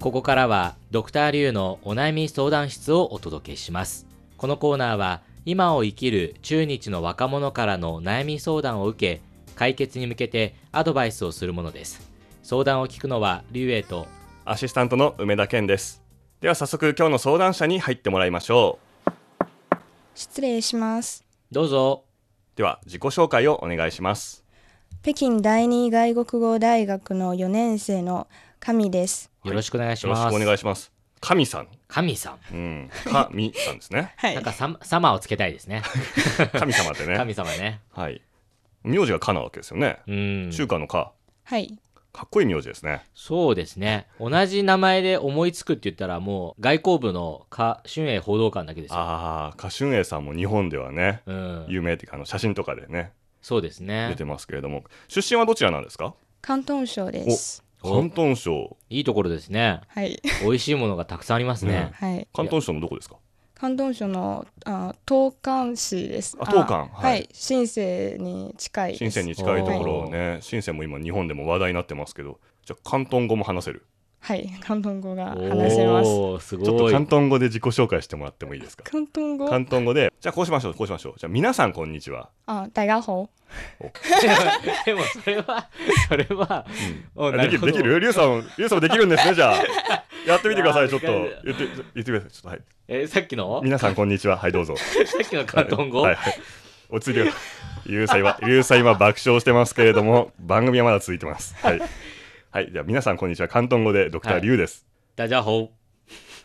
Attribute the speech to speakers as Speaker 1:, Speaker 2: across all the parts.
Speaker 1: ここからはドクターリュウのお悩み相談室をお届けしますこのコーナーは今を生きる中日の若者からの悩み相談を受け解決に向けてアドバイスをするものです相談を聞くのはリュウエイと
Speaker 2: アシスタントの梅田健ですでは早速今日の相談者に入ってもらいましょ
Speaker 3: 失礼します。
Speaker 1: どうぞ
Speaker 2: うでは自己紹介をお願いします
Speaker 3: 北京第二外国語大学の4年生の神です。
Speaker 1: よろしくお願いし
Speaker 2: よろ
Speaker 1: ま
Speaker 2: し
Speaker 1: す、
Speaker 2: くお願いします神さん
Speaker 1: 神さん
Speaker 2: うん神さんですね
Speaker 3: は
Speaker 1: なんか様様をつけたいですね
Speaker 2: 神様で ね
Speaker 1: 神様ね
Speaker 2: はい名字がかなわけですよね、
Speaker 1: うん
Speaker 2: 中華のか
Speaker 3: はい。
Speaker 2: かっこいい名字ですね
Speaker 1: そうですね同じ名前で思いつくって言ったらもう外交部の華春英報道官だけですよ、
Speaker 2: ああ歌春英さんも日本ではね
Speaker 1: うん、
Speaker 2: 有名っていうかあの写真とかでね
Speaker 1: そうですね
Speaker 2: 出てますけれども出身はどちらなんですか
Speaker 3: 広東省です。
Speaker 1: お
Speaker 2: 広東省
Speaker 1: いいところですね
Speaker 3: はい。
Speaker 1: 美味しいものがたくさんありますね。
Speaker 3: はい。
Speaker 2: 広東省のどこですか
Speaker 3: 広東省のあ東莞市です。
Speaker 2: あ東莞は
Speaker 3: はいい。深セに近いです。
Speaker 2: 深センに近いところをね深センも今日本でも話題になってますけどじゃあ広東語も話せる
Speaker 3: はい。広東語が
Speaker 1: お
Speaker 3: 話せます。
Speaker 1: おーす
Speaker 2: ちょっと
Speaker 1: ごい。
Speaker 2: 広東語で自己紹介してもらってもいいですか
Speaker 3: 広東語。
Speaker 2: 広東語でじゃあこうしましょうこうしましょうじゃあ皆さんこんにちは、
Speaker 3: あ、大家好。
Speaker 1: でもそれはそれはお
Speaker 2: あできるでき。
Speaker 1: なほど
Speaker 2: るリュウさんリュウさんもできるんですねじゃあ やってみてくださ
Speaker 1: あー
Speaker 2: いちょっと
Speaker 1: できる
Speaker 2: 言って言ってくださいちょっとはい
Speaker 1: えーさっきの
Speaker 2: 皆さんこんにちははいどう ぞ
Speaker 1: さっきの広東語、
Speaker 2: はいはい、落ち着いてる。ゆうさん は、ゆうさん今爆笑してますけれども、番組はまだ続いてます。はい。はい、じゃあ、皆さん、こんにちは。広東語でドクタ
Speaker 1: は
Speaker 2: ー
Speaker 1: い
Speaker 2: リュウです。
Speaker 1: ダジャホ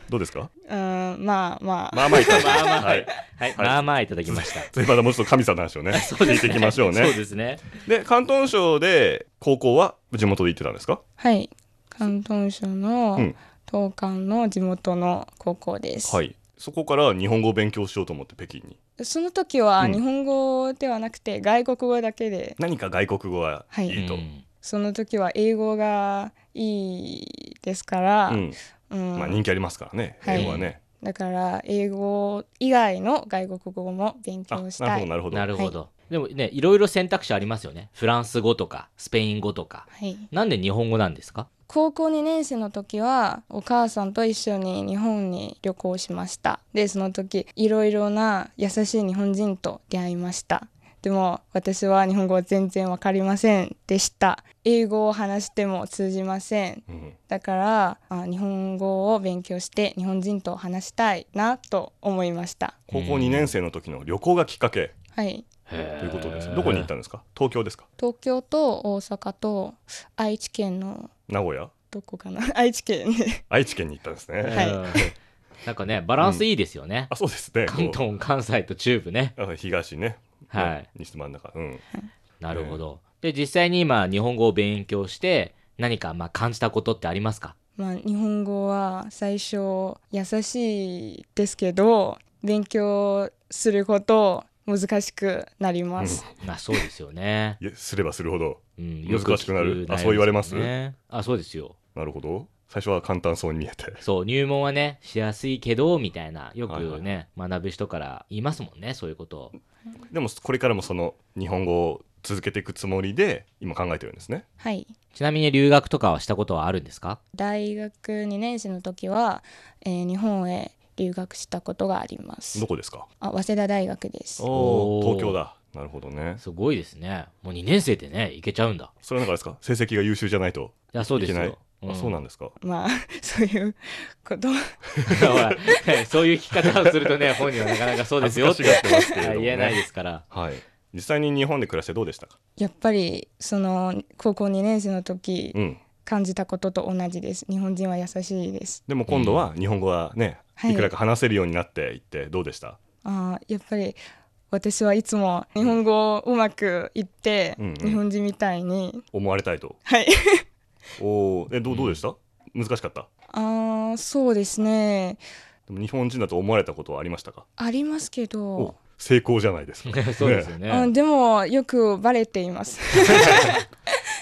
Speaker 2: どうですか。
Speaker 3: うん、まあまあ。
Speaker 2: まあまあいただき
Speaker 1: ー。ま
Speaker 2: ま
Speaker 1: あ
Speaker 2: す。
Speaker 1: まあ、は
Speaker 2: はいい。、
Speaker 1: はい、
Speaker 2: はい
Speaker 1: まあまあいただきました。
Speaker 2: それまだもうちょっと神さんの話をね、聞いていきましょ う
Speaker 1: そう
Speaker 2: ね。
Speaker 1: ですね。
Speaker 2: で、広東省で高校は地元で行ってたんですか。
Speaker 3: はい。広東省の
Speaker 2: うん
Speaker 3: 東莞の地元の高校です。
Speaker 2: はい。そこから日本語を勉強しようと思って北京に。
Speaker 3: その時は
Speaker 2: うん
Speaker 3: 日本語ではなくて外国語だけで、
Speaker 2: 何か外国語はいいと。
Speaker 1: うん
Speaker 3: その時は英語がいいですから、
Speaker 2: うん。
Speaker 3: うん
Speaker 2: まあ、人気ありますからね。
Speaker 3: はい
Speaker 2: 英語はね。
Speaker 3: だから英語以外の外国語も勉
Speaker 2: あ、
Speaker 3: 強し
Speaker 2: な
Speaker 3: た
Speaker 2: るほど、
Speaker 3: い。
Speaker 2: なる
Speaker 1: なる
Speaker 2: ほど。
Speaker 1: ほど。でもね、いろいろ選択肢ありますよね。フランス語とかスペイン語とか。
Speaker 3: はい、
Speaker 1: なんで日本語なんですか？
Speaker 3: 高校2年生の時はお母さんと一緒に日本に旅行しましたでその時いろいろな優しい日本人と出会いましたでも私は日本語は全然わかりませんでした英語を話しても通じません
Speaker 2: うん。
Speaker 3: だからあ日本語を勉強して日本人と話したいなと思いました
Speaker 2: 高校2年生の時の旅行がきっかけ
Speaker 3: はい
Speaker 1: と
Speaker 2: ということです。どこに行ったんですか東京ですか
Speaker 3: 東京と大阪と愛知県の
Speaker 2: 名古屋
Speaker 3: どこかな 愛知県で
Speaker 2: 愛知県に行ったんですね。
Speaker 3: はい
Speaker 1: い。 なんかね、バランスいいですよね。
Speaker 2: あそうですね。
Speaker 1: 関
Speaker 2: こ
Speaker 1: 東、関西と中部ね。
Speaker 2: うあ東ね。
Speaker 1: は
Speaker 2: ね
Speaker 1: い。。
Speaker 2: 西真ん中。うん。
Speaker 1: なるほど。で、実際に今、日本語を勉強して、何かまあ感じたことってありますか
Speaker 3: まあ日本語は最初優しいですけど勉強すること難しくなります、
Speaker 1: まあそうですよ ね。
Speaker 2: いやすればするほど。
Speaker 1: うん、
Speaker 2: 難しくなる
Speaker 1: よ聞
Speaker 2: あそう言われます
Speaker 1: 悩みですねあ、そうですよ。
Speaker 2: なるほど。最初は簡単そうに見えて。
Speaker 1: そう、入門はね、しやすいけど、みたいな、よくね、
Speaker 2: はい
Speaker 1: 学ぶ人から言いますもんね、そういうことを。
Speaker 2: でもこれからもその日本語を続けていくつもりで今考えてるんですね。
Speaker 3: はい
Speaker 1: ちなみに留学とかはしたことはあるんですか
Speaker 3: 大学2年生の時は、えー日本へ留学したことがあります
Speaker 2: どこですか。
Speaker 3: あ早稲田大学です
Speaker 1: おー
Speaker 2: 東京だ。なるほどね。
Speaker 1: すごいですね。もう2年生でね、行けちゃうんだ。
Speaker 2: それはなんかあれですか。成績が優秀じゃないと
Speaker 1: いや、そう
Speaker 2: い
Speaker 1: で
Speaker 2: け
Speaker 1: す
Speaker 2: ない
Speaker 1: よ。。
Speaker 2: あそうなんんですか。
Speaker 3: まあ そういうこ
Speaker 1: だ
Speaker 3: と
Speaker 1: ほらそういう聞き方をするとね、本人はなかなかそうですよっ
Speaker 2: 恥
Speaker 1: て
Speaker 2: ずかしがってますけれど
Speaker 1: はい
Speaker 2: も、ね。
Speaker 1: 言えないですから。
Speaker 2: はい。実際に日本で暮らしてどうでしたか。
Speaker 3: やっぱりその高校2年生の時
Speaker 2: うん。
Speaker 3: 感じたことと同じです日本人は優しいです
Speaker 2: でも今度は日本語はね、
Speaker 3: はい
Speaker 2: いくらか話せるようになっていってどうでした。
Speaker 3: あーやっぱり私はいつも日本語をうまく言って、
Speaker 2: うんうん
Speaker 3: 日本人みたいに
Speaker 2: 思われたいと。
Speaker 3: はい
Speaker 2: おお、え、ど
Speaker 1: う
Speaker 2: う、
Speaker 1: ん。
Speaker 2: どうでした。難しかった。
Speaker 3: あーそうですね
Speaker 2: でも日本人だと思われたことはありましたか。
Speaker 3: ありますけど
Speaker 2: お、成功じゃないですか
Speaker 1: そうですよ
Speaker 2: ね。
Speaker 1: ね。
Speaker 3: あでもよくバレています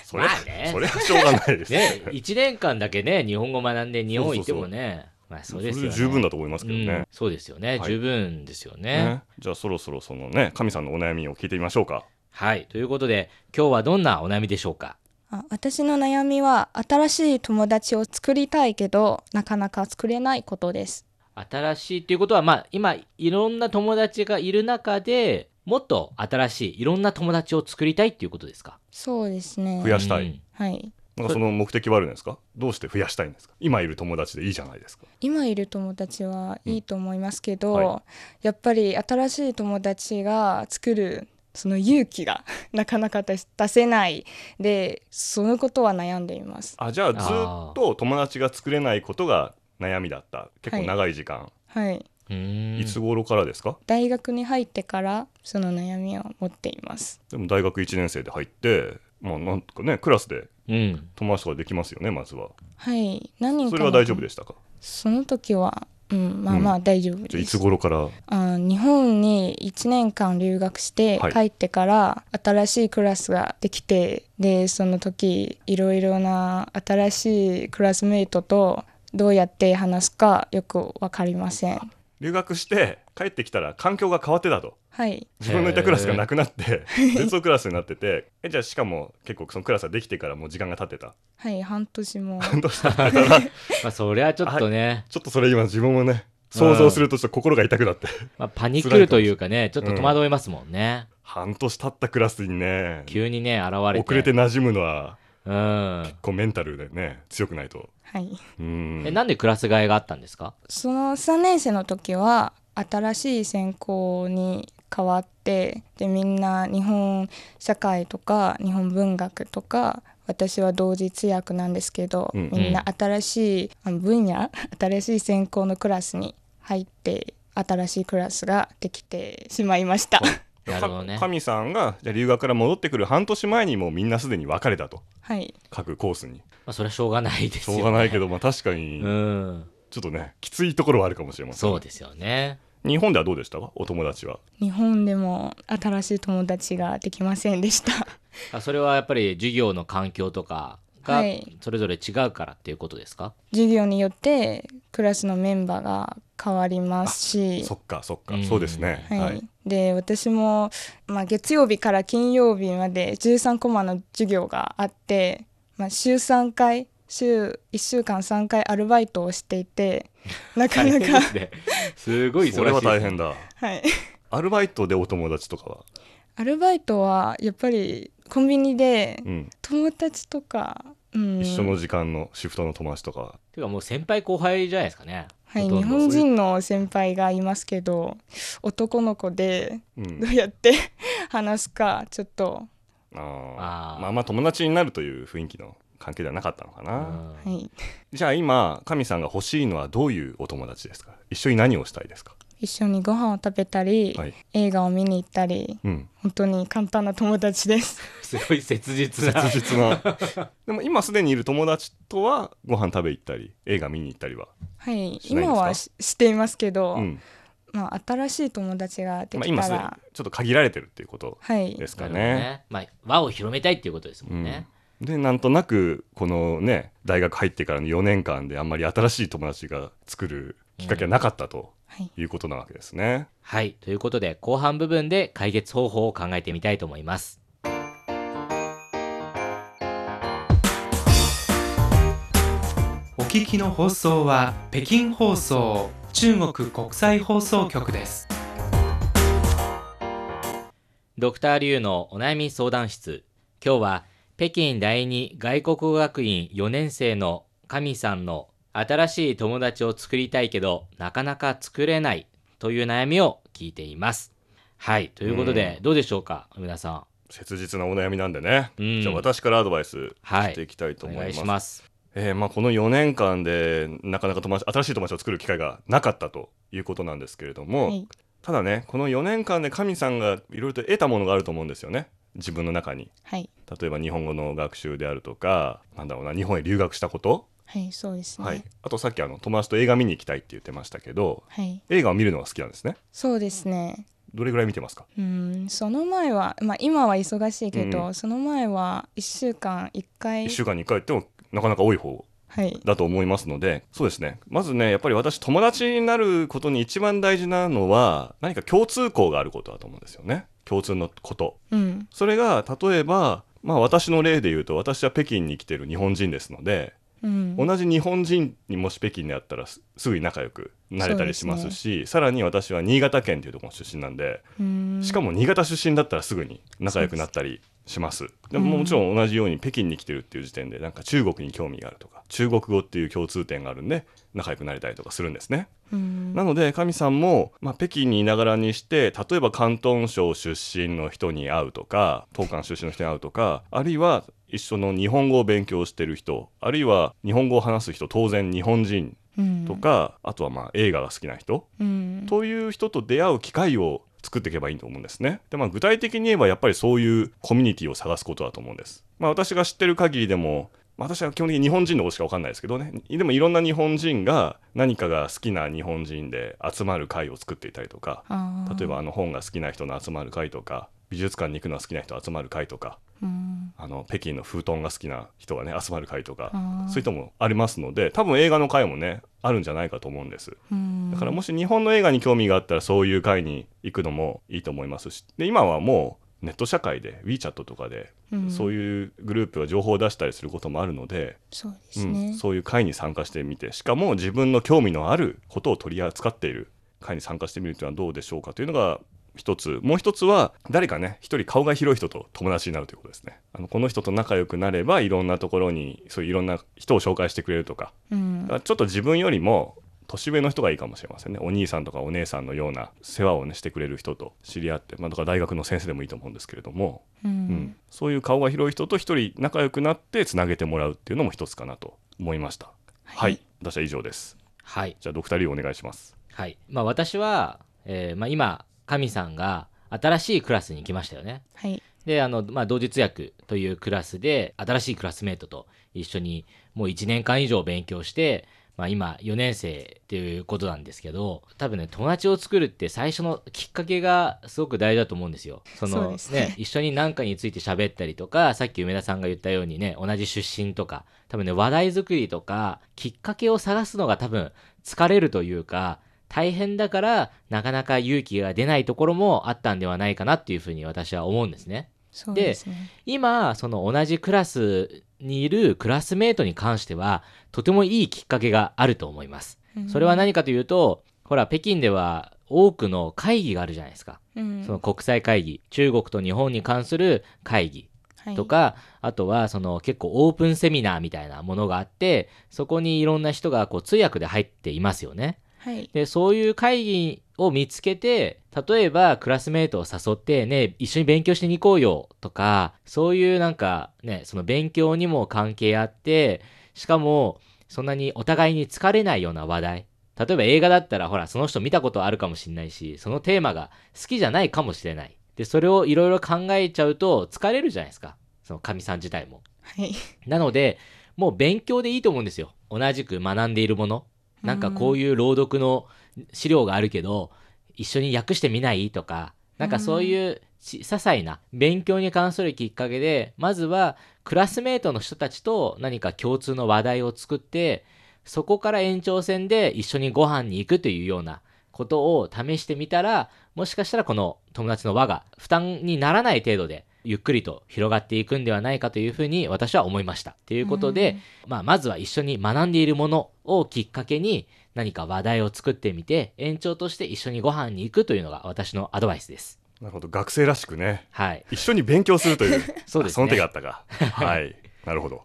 Speaker 2: それは、
Speaker 1: まあね
Speaker 2: それはしょうがないです。
Speaker 1: ね、1年間だけね、日本語学んで日本行ってもね、まあそうですよね。
Speaker 2: それで十分だと思いますけど
Speaker 1: う
Speaker 2: ね
Speaker 1: ん。そうですよね。
Speaker 2: はい
Speaker 1: 十分ですよね。
Speaker 2: ねじゃあ、そろそろそのね、神さんのお悩みを聞いてみましょうか。
Speaker 1: はい。ということで、今日はどんなお悩みでしょうか
Speaker 3: あ私の悩みは新しい友達を作りたいけどなかなか作れないことです
Speaker 1: 新しいっていうことは、まあ、今、いろんな友達がいる中で、もっと新しい、いろんな友達を作りたいっていうことですか
Speaker 3: そうですね
Speaker 2: 増やしたい
Speaker 1: うん
Speaker 3: はい
Speaker 2: なんかその目的はあるんですかどうして増やしたいんですか今いる友達でいいじゃないですか。
Speaker 3: 今いる友達はいいと思いますけど、
Speaker 2: うんは
Speaker 3: やっぱり新しい友達が作るその勇気が なかなか出せないでそのことは悩んでいます
Speaker 2: あじゃあずっと友達が作れないことが悩みだった結構長い時間、
Speaker 3: はい
Speaker 1: うん
Speaker 2: い、つ頃からですか
Speaker 3: 大学に入ってからその悩みを持っています
Speaker 2: でも大学1年生で入ってまあなんかねクラスで
Speaker 1: うん。
Speaker 2: 友達とかできますよねまずは
Speaker 3: はい何人か
Speaker 2: それは大丈夫で
Speaker 3: し
Speaker 2: したか
Speaker 3: その時はうんまあまあ大丈夫
Speaker 2: じゃあ
Speaker 3: で
Speaker 2: い
Speaker 3: す、
Speaker 2: つ頃から
Speaker 3: あ日本に1年間留学して
Speaker 2: はい
Speaker 3: 帰ってから新しいクラスができてでその時いろいろな新しいクラスメイトとどうやって話すかよく分かりません
Speaker 2: 留学して帰ってきたら環境が変わってたと
Speaker 3: はい
Speaker 2: 自分のいたクラスがなくなって別のクラスになっててえじゃあしかも結構そのクラスができてからもう時間が経ってた
Speaker 3: はい半年も
Speaker 2: どうしただからち
Speaker 1: まあ、それはちょっとね、
Speaker 2: ょっとそれ今自分もね想像するとちょっと心が痛くなって
Speaker 1: まあ、パニクるというかね、ちょっと戸惑いますもんね。
Speaker 2: 半年経ったクラスにね
Speaker 1: 急にね、現れて。
Speaker 2: 遅れて馴染むのは
Speaker 1: うん。
Speaker 2: こうメンタルでね強くないと
Speaker 3: はい
Speaker 2: うん
Speaker 1: え、なんでクラス替えがあったんですか
Speaker 3: その3年生の時は新しい専攻に変わってでみんな日本社会とか日本文学とか私は同時通訳なんですけど、
Speaker 2: うんうん
Speaker 3: みんな新しいあの分野 新しい専攻のクラスに入って新しいクラスができてしまいました。
Speaker 1: なるほどね
Speaker 2: か神さんがじゃあ留学から戻ってくる半年前にもうみんなすでに別れたと
Speaker 3: はい、
Speaker 2: 各コースに
Speaker 1: まあ、それはしょうがないです
Speaker 2: し
Speaker 1: よ、
Speaker 2: ょ
Speaker 1: ね。
Speaker 2: うがないけど、まあ、確かに
Speaker 1: うん。
Speaker 2: ちょっとねきついところはあるかもしれません
Speaker 1: そうですよね。
Speaker 2: 日本ではどうでしたかお友達は
Speaker 3: 日本でも新しい友達ができませんでした。
Speaker 1: あそれはやっぱり授業の環境とかが
Speaker 3: はい
Speaker 1: それぞれ違うからっていうことですか、
Speaker 3: 授業によってクラスのメンバーが変わりますし
Speaker 2: そっかそっか、
Speaker 1: うん
Speaker 2: そうですね
Speaker 3: はいで私も、まあ、月曜日から金曜日まで13コマの授業があって、まあ、週3回週1週間3回アルバイトをしていてなかな
Speaker 1: 大変で
Speaker 3: か、
Speaker 1: すね。すごい忙しい。
Speaker 2: それは大変。だ
Speaker 3: はい、
Speaker 2: アルバイトでお友達とかは、
Speaker 3: アルバイトはやっぱりコンビニで
Speaker 2: うん
Speaker 3: 友達とか、うん、
Speaker 2: 一緒の時間のシフトの友達とかは
Speaker 1: ていうかもう先輩後輩じゃないですかね。
Speaker 3: はい、
Speaker 1: ほとん
Speaker 3: 日
Speaker 1: ど
Speaker 3: 本人の先輩がいますけど男の子で
Speaker 2: うん
Speaker 3: どうやって 話すかちょっと、
Speaker 2: あー
Speaker 1: あー
Speaker 2: まあまあ友達になるという雰囲気の関係ではなかったのかな、
Speaker 1: う
Speaker 3: は
Speaker 1: ん
Speaker 3: い、
Speaker 2: じゃあ今神さんが欲しいのはどういうお友達ですか一緒に何をしたいですか
Speaker 3: 一緒にご飯を食べたり、
Speaker 2: はい、
Speaker 3: 映画を見に行ったり
Speaker 2: うん、
Speaker 3: 本当に簡単な友達です。
Speaker 1: す ごい切実な。
Speaker 2: 切実 なでも今すでにいる友達とはご飯食べ行ったり映画見に行ったりは、
Speaker 3: はい、
Speaker 2: しないんですか
Speaker 3: 今はししていますけど、
Speaker 2: うん
Speaker 3: まあ新しい友達がで
Speaker 2: まあ、
Speaker 3: き
Speaker 2: 今
Speaker 3: た
Speaker 2: すで
Speaker 3: ら、
Speaker 2: にちょっと限られてるっていうこと
Speaker 3: はい、
Speaker 2: ですか
Speaker 1: なるほど
Speaker 2: ね。
Speaker 1: まあ、輪を広めたいっていうことですもんね。
Speaker 2: うん、でなんとなくこのね大学入ってからの4年間であんまり新しい友達が作るきっかけはなかったと
Speaker 3: はい、
Speaker 2: いうことなわけですね。
Speaker 1: はい。ということで、後半部分で解決方法を考えてみたいと思います。
Speaker 4: お聞きの放送は北京放送中国国際放送局です。
Speaker 1: ドクターリュウのお悩み相談室。今日は、北京第二外国語学院4年生の神さんの新しい友達を作りたいけど、なかなか作れないという悩みを聞いています。はい。ということで、どうでしょうか皆さ
Speaker 2: 切実なお悩みなんでね、
Speaker 1: うん
Speaker 2: じゃあ私からアドバイス
Speaker 1: はい
Speaker 2: していきたいと
Speaker 1: ん。お
Speaker 2: 思い
Speaker 1: 願いし
Speaker 2: ます
Speaker 1: ます。
Speaker 2: えーまあ、この4年間でなかなか友達新しい友達を作る機会がなかったということなんですけれども、
Speaker 3: はい、
Speaker 2: ただねこの4年間で神さんがいろいろと得たものがあると思うんですよね自分の中に
Speaker 3: はい、
Speaker 2: 例えば日本語の学習であるとかなんだろうな日本へ留学したこと、
Speaker 3: はい、そうですね。
Speaker 2: はい、あとさっきあの友達と映画見に行きたいって言ってましたけど
Speaker 3: はい、
Speaker 2: 映画を見るのが好きなんですね
Speaker 3: そうですね。
Speaker 2: どれぐらい見てますか
Speaker 3: うん、その前は、まあ今は忙しいけど、
Speaker 2: う
Speaker 3: その前は一週間一回、
Speaker 2: 1週間に1回ってもなかなか多い方
Speaker 3: はい、
Speaker 2: だと思いますのでそうですねまずねやっぱり私友達になることに一番大事なのは何か共通項があることだと思うんですよね共通のこと
Speaker 3: うん、
Speaker 2: それが例えばまあ私の例で言うと私は北京に来てる日本人ですので、
Speaker 3: うん、
Speaker 2: 同じ日本人にもし北京であったらすすぐに仲良くなれたりしますしさらに私は新潟県というところの出身なんで、
Speaker 3: うん
Speaker 2: しかも新潟出身だったらすぐに仲良くなったりしますでももちろん同じように北京に来てるっていう時点でなんか中国に興味があるとか中国語っていう共通点があるんで仲良くなれたりとかするんですね。
Speaker 3: うん
Speaker 2: なので神さんも、まあ、北京にいながらにして例えば広東省出身の人に会うとか東韓出身の人に会うとかあるいは一緒の日本語を勉強してる人あるいは日本語を話す人当然日本人
Speaker 3: うん
Speaker 2: とか、あとはまあ映画が好きな人
Speaker 3: うん
Speaker 2: という人と出会う機会を作っていけばいいと思うんですね。でまあ具体的に言えばやっぱりそういうコミュニティを探すことだと思うんです。まあ私が知ってる限りでもまあ私は基本的に日本人のことしか分かんないですけどねでもいろんな日本人が何かが好きな日本人で集まる会を作っていたりとか
Speaker 3: あー
Speaker 2: 例えばあの本が好きな人の集まる会とか美術館に行くのが好きな人集まる会とか
Speaker 3: うん
Speaker 2: あの北京の封筒が好きな人がね集まる会とか
Speaker 3: あー
Speaker 2: そういう人もありますので多分映画の会もねあるんじゃないかと思うんです。
Speaker 3: うん
Speaker 2: だからもし日本の映画に興味があったらそういう会に行くのもいいと思いますしで今はもうネット社会で WeChat とかで
Speaker 3: うん
Speaker 2: そういうグループが情報を出したりすることもあるので、
Speaker 3: そうで
Speaker 2: う
Speaker 3: す
Speaker 2: ん
Speaker 3: ね、
Speaker 2: そういう会に参加してみてしかも自分の興味のあることを取り扱っている会に参加してみるというのはどうでしょうかというのが一つもう一つは誰かね一人顔が広い人と友達になるということですねあのこの人と仲良くなればいろんなところにそういういろんな人を紹介してくれるとか
Speaker 3: うん
Speaker 2: だからちょっと自分よりも年上の人がいいかもしれませんねお兄さんとかお姉さんのような世話を、ね、してくれる人と知り合って、まあ、だから大学の先生でもいいと思うんですけれども、
Speaker 3: う
Speaker 2: うん
Speaker 3: ん
Speaker 2: そういう顔が広い人と一人仲良くなってつなげてもらうっていうのも一つかなと思いましたはい、私は以上です
Speaker 1: はい。
Speaker 2: じゃあドクターリーお願いします
Speaker 1: はい。まあ私は、えーまあ今、神さんが新しいクラスに来ましたよね。
Speaker 3: はい
Speaker 1: で、あの、まあ同時通訳というクラスで、新しいクラスメートと一緒にもう1年間以上勉強して、まあ今4年生っていうことなんですけど、多分ね、友達を作るって最初のきっかけがすごく大事だと思うんですよ。そ
Speaker 3: そう
Speaker 1: の
Speaker 3: ですね
Speaker 1: 一緒に何かについて喋ったりとか、さっき梅田さんが言ったようにね、同じ出身とか、多分ね、話題作りとか、きっかけを探すのが多分疲れるというか、大変だから、なかなか勇気が出ないところもあったんではないかなっていうふうに私は思うんですね。
Speaker 3: そうですね
Speaker 1: 今、その同じクラスにいるクラスメートに関しては、とてもいいきっかけがあると思います。
Speaker 3: うん
Speaker 1: それは何かというと、ほら、北京では多くの会議があるじゃないですか。
Speaker 3: うん
Speaker 1: その国際会議、中国と日本に関する会議
Speaker 3: はい
Speaker 1: とか、あとはその結構オープンセミナーみたいなものがあって、そこにいろんな人がこう通訳で入っていますよね。
Speaker 3: はい
Speaker 1: で、そういう会議を見つけて、例えばクラスメートを誘って、ね、一緒に勉強しに行こうよとか、そういうなんかね、その勉強にも関係あって、しかも、そんなにお互いに疲れないような話題。例えば映画だったら、ほら、その人見たことあるかもしれないし、そのテーマが好きじゃないかもしれない。で、それをいろいろ考えちゃうと疲れるじゃないですか。その神さん自体も。
Speaker 3: はい
Speaker 1: なので、もう勉強でいいと思うんですよ。同じく学んでいるもの。なんかこういう朗読の資料があるけど、一緒に訳してみないとか、なんかそういうち些細な勉強に関するきっかけで、まずはクラスメートの人たちと何か共通の話題を作って、そこから延長線で一緒にご飯に行くというようなことを試してみたら、もしかしたらこの友達の輪が負担にならない程度で、ゆっくりと広がっていくんではないかというふうに私は思いました。ということで、まあ、まずは一緒に学んでいるものをきっかけに何か話題を作ってみて延長として一緒にご飯に行くというのが私のアドバイスです。
Speaker 2: なるほど学生らしくね
Speaker 1: はい。
Speaker 2: 一緒に勉強すると いう
Speaker 1: そうですね
Speaker 2: あの手があったかはいなるほど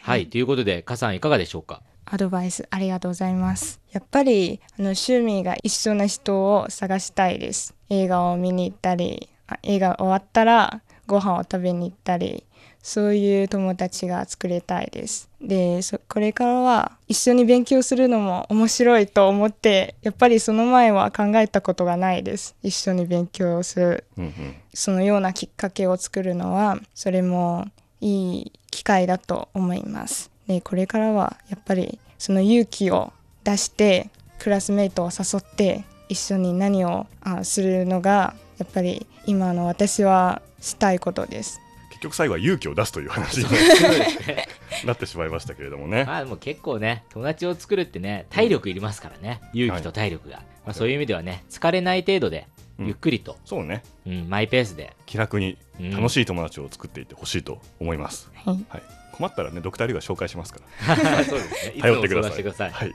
Speaker 1: はい。ということで、加さんいかがでしょうか
Speaker 3: アドバイスありがとうございます。やっぱりあの趣味が一緒な人を探したいです。映画を見に行ったり、あ映画終わったらご飯を食べに行ったり、そういう友達が作れたいです。で、そこれからは一緒に勉強するのも面白いと思って、やっぱりその前は考えたことがないです。一緒に勉強する
Speaker 2: うんうん
Speaker 3: そのようなきっかけを作るのはそれもいい機会だと思います。でこれからはやっぱりその勇気を出してクラスメートを誘って一緒に何をあするのがやっぱり今の私はしたいことです。
Speaker 2: 結局最後は勇気を出すという話に なってしまいましたけれどもね
Speaker 1: まあでも結構ね、友達を作るってね、体力いりますからね。勇気と体力が。まあそういう意味ではね、疲れない程度で
Speaker 2: うん
Speaker 1: ゆっくりと、
Speaker 2: そうね
Speaker 1: うん、マイペースで、
Speaker 2: 気楽に
Speaker 1: うん
Speaker 2: 楽しい友達を作っていってほしいと思います、
Speaker 3: はい、
Speaker 2: はい、困ったらねドクターリュウが紹介しますから
Speaker 1: そうですね。いつ
Speaker 2: 頼っ
Speaker 1: も
Speaker 2: てく
Speaker 1: 相談
Speaker 2: ださ
Speaker 1: し
Speaker 2: い
Speaker 1: てください。
Speaker 2: はい、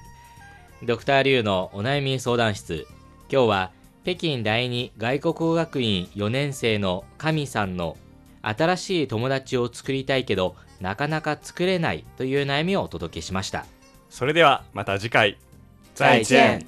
Speaker 1: ドクターリュウのお悩み相談室。今日は北京第二外国語学院4年生の神さんの新しい友達を作りたいけどなかなか作れないという悩みをお届けしました。
Speaker 2: それではまた次回
Speaker 1: 再见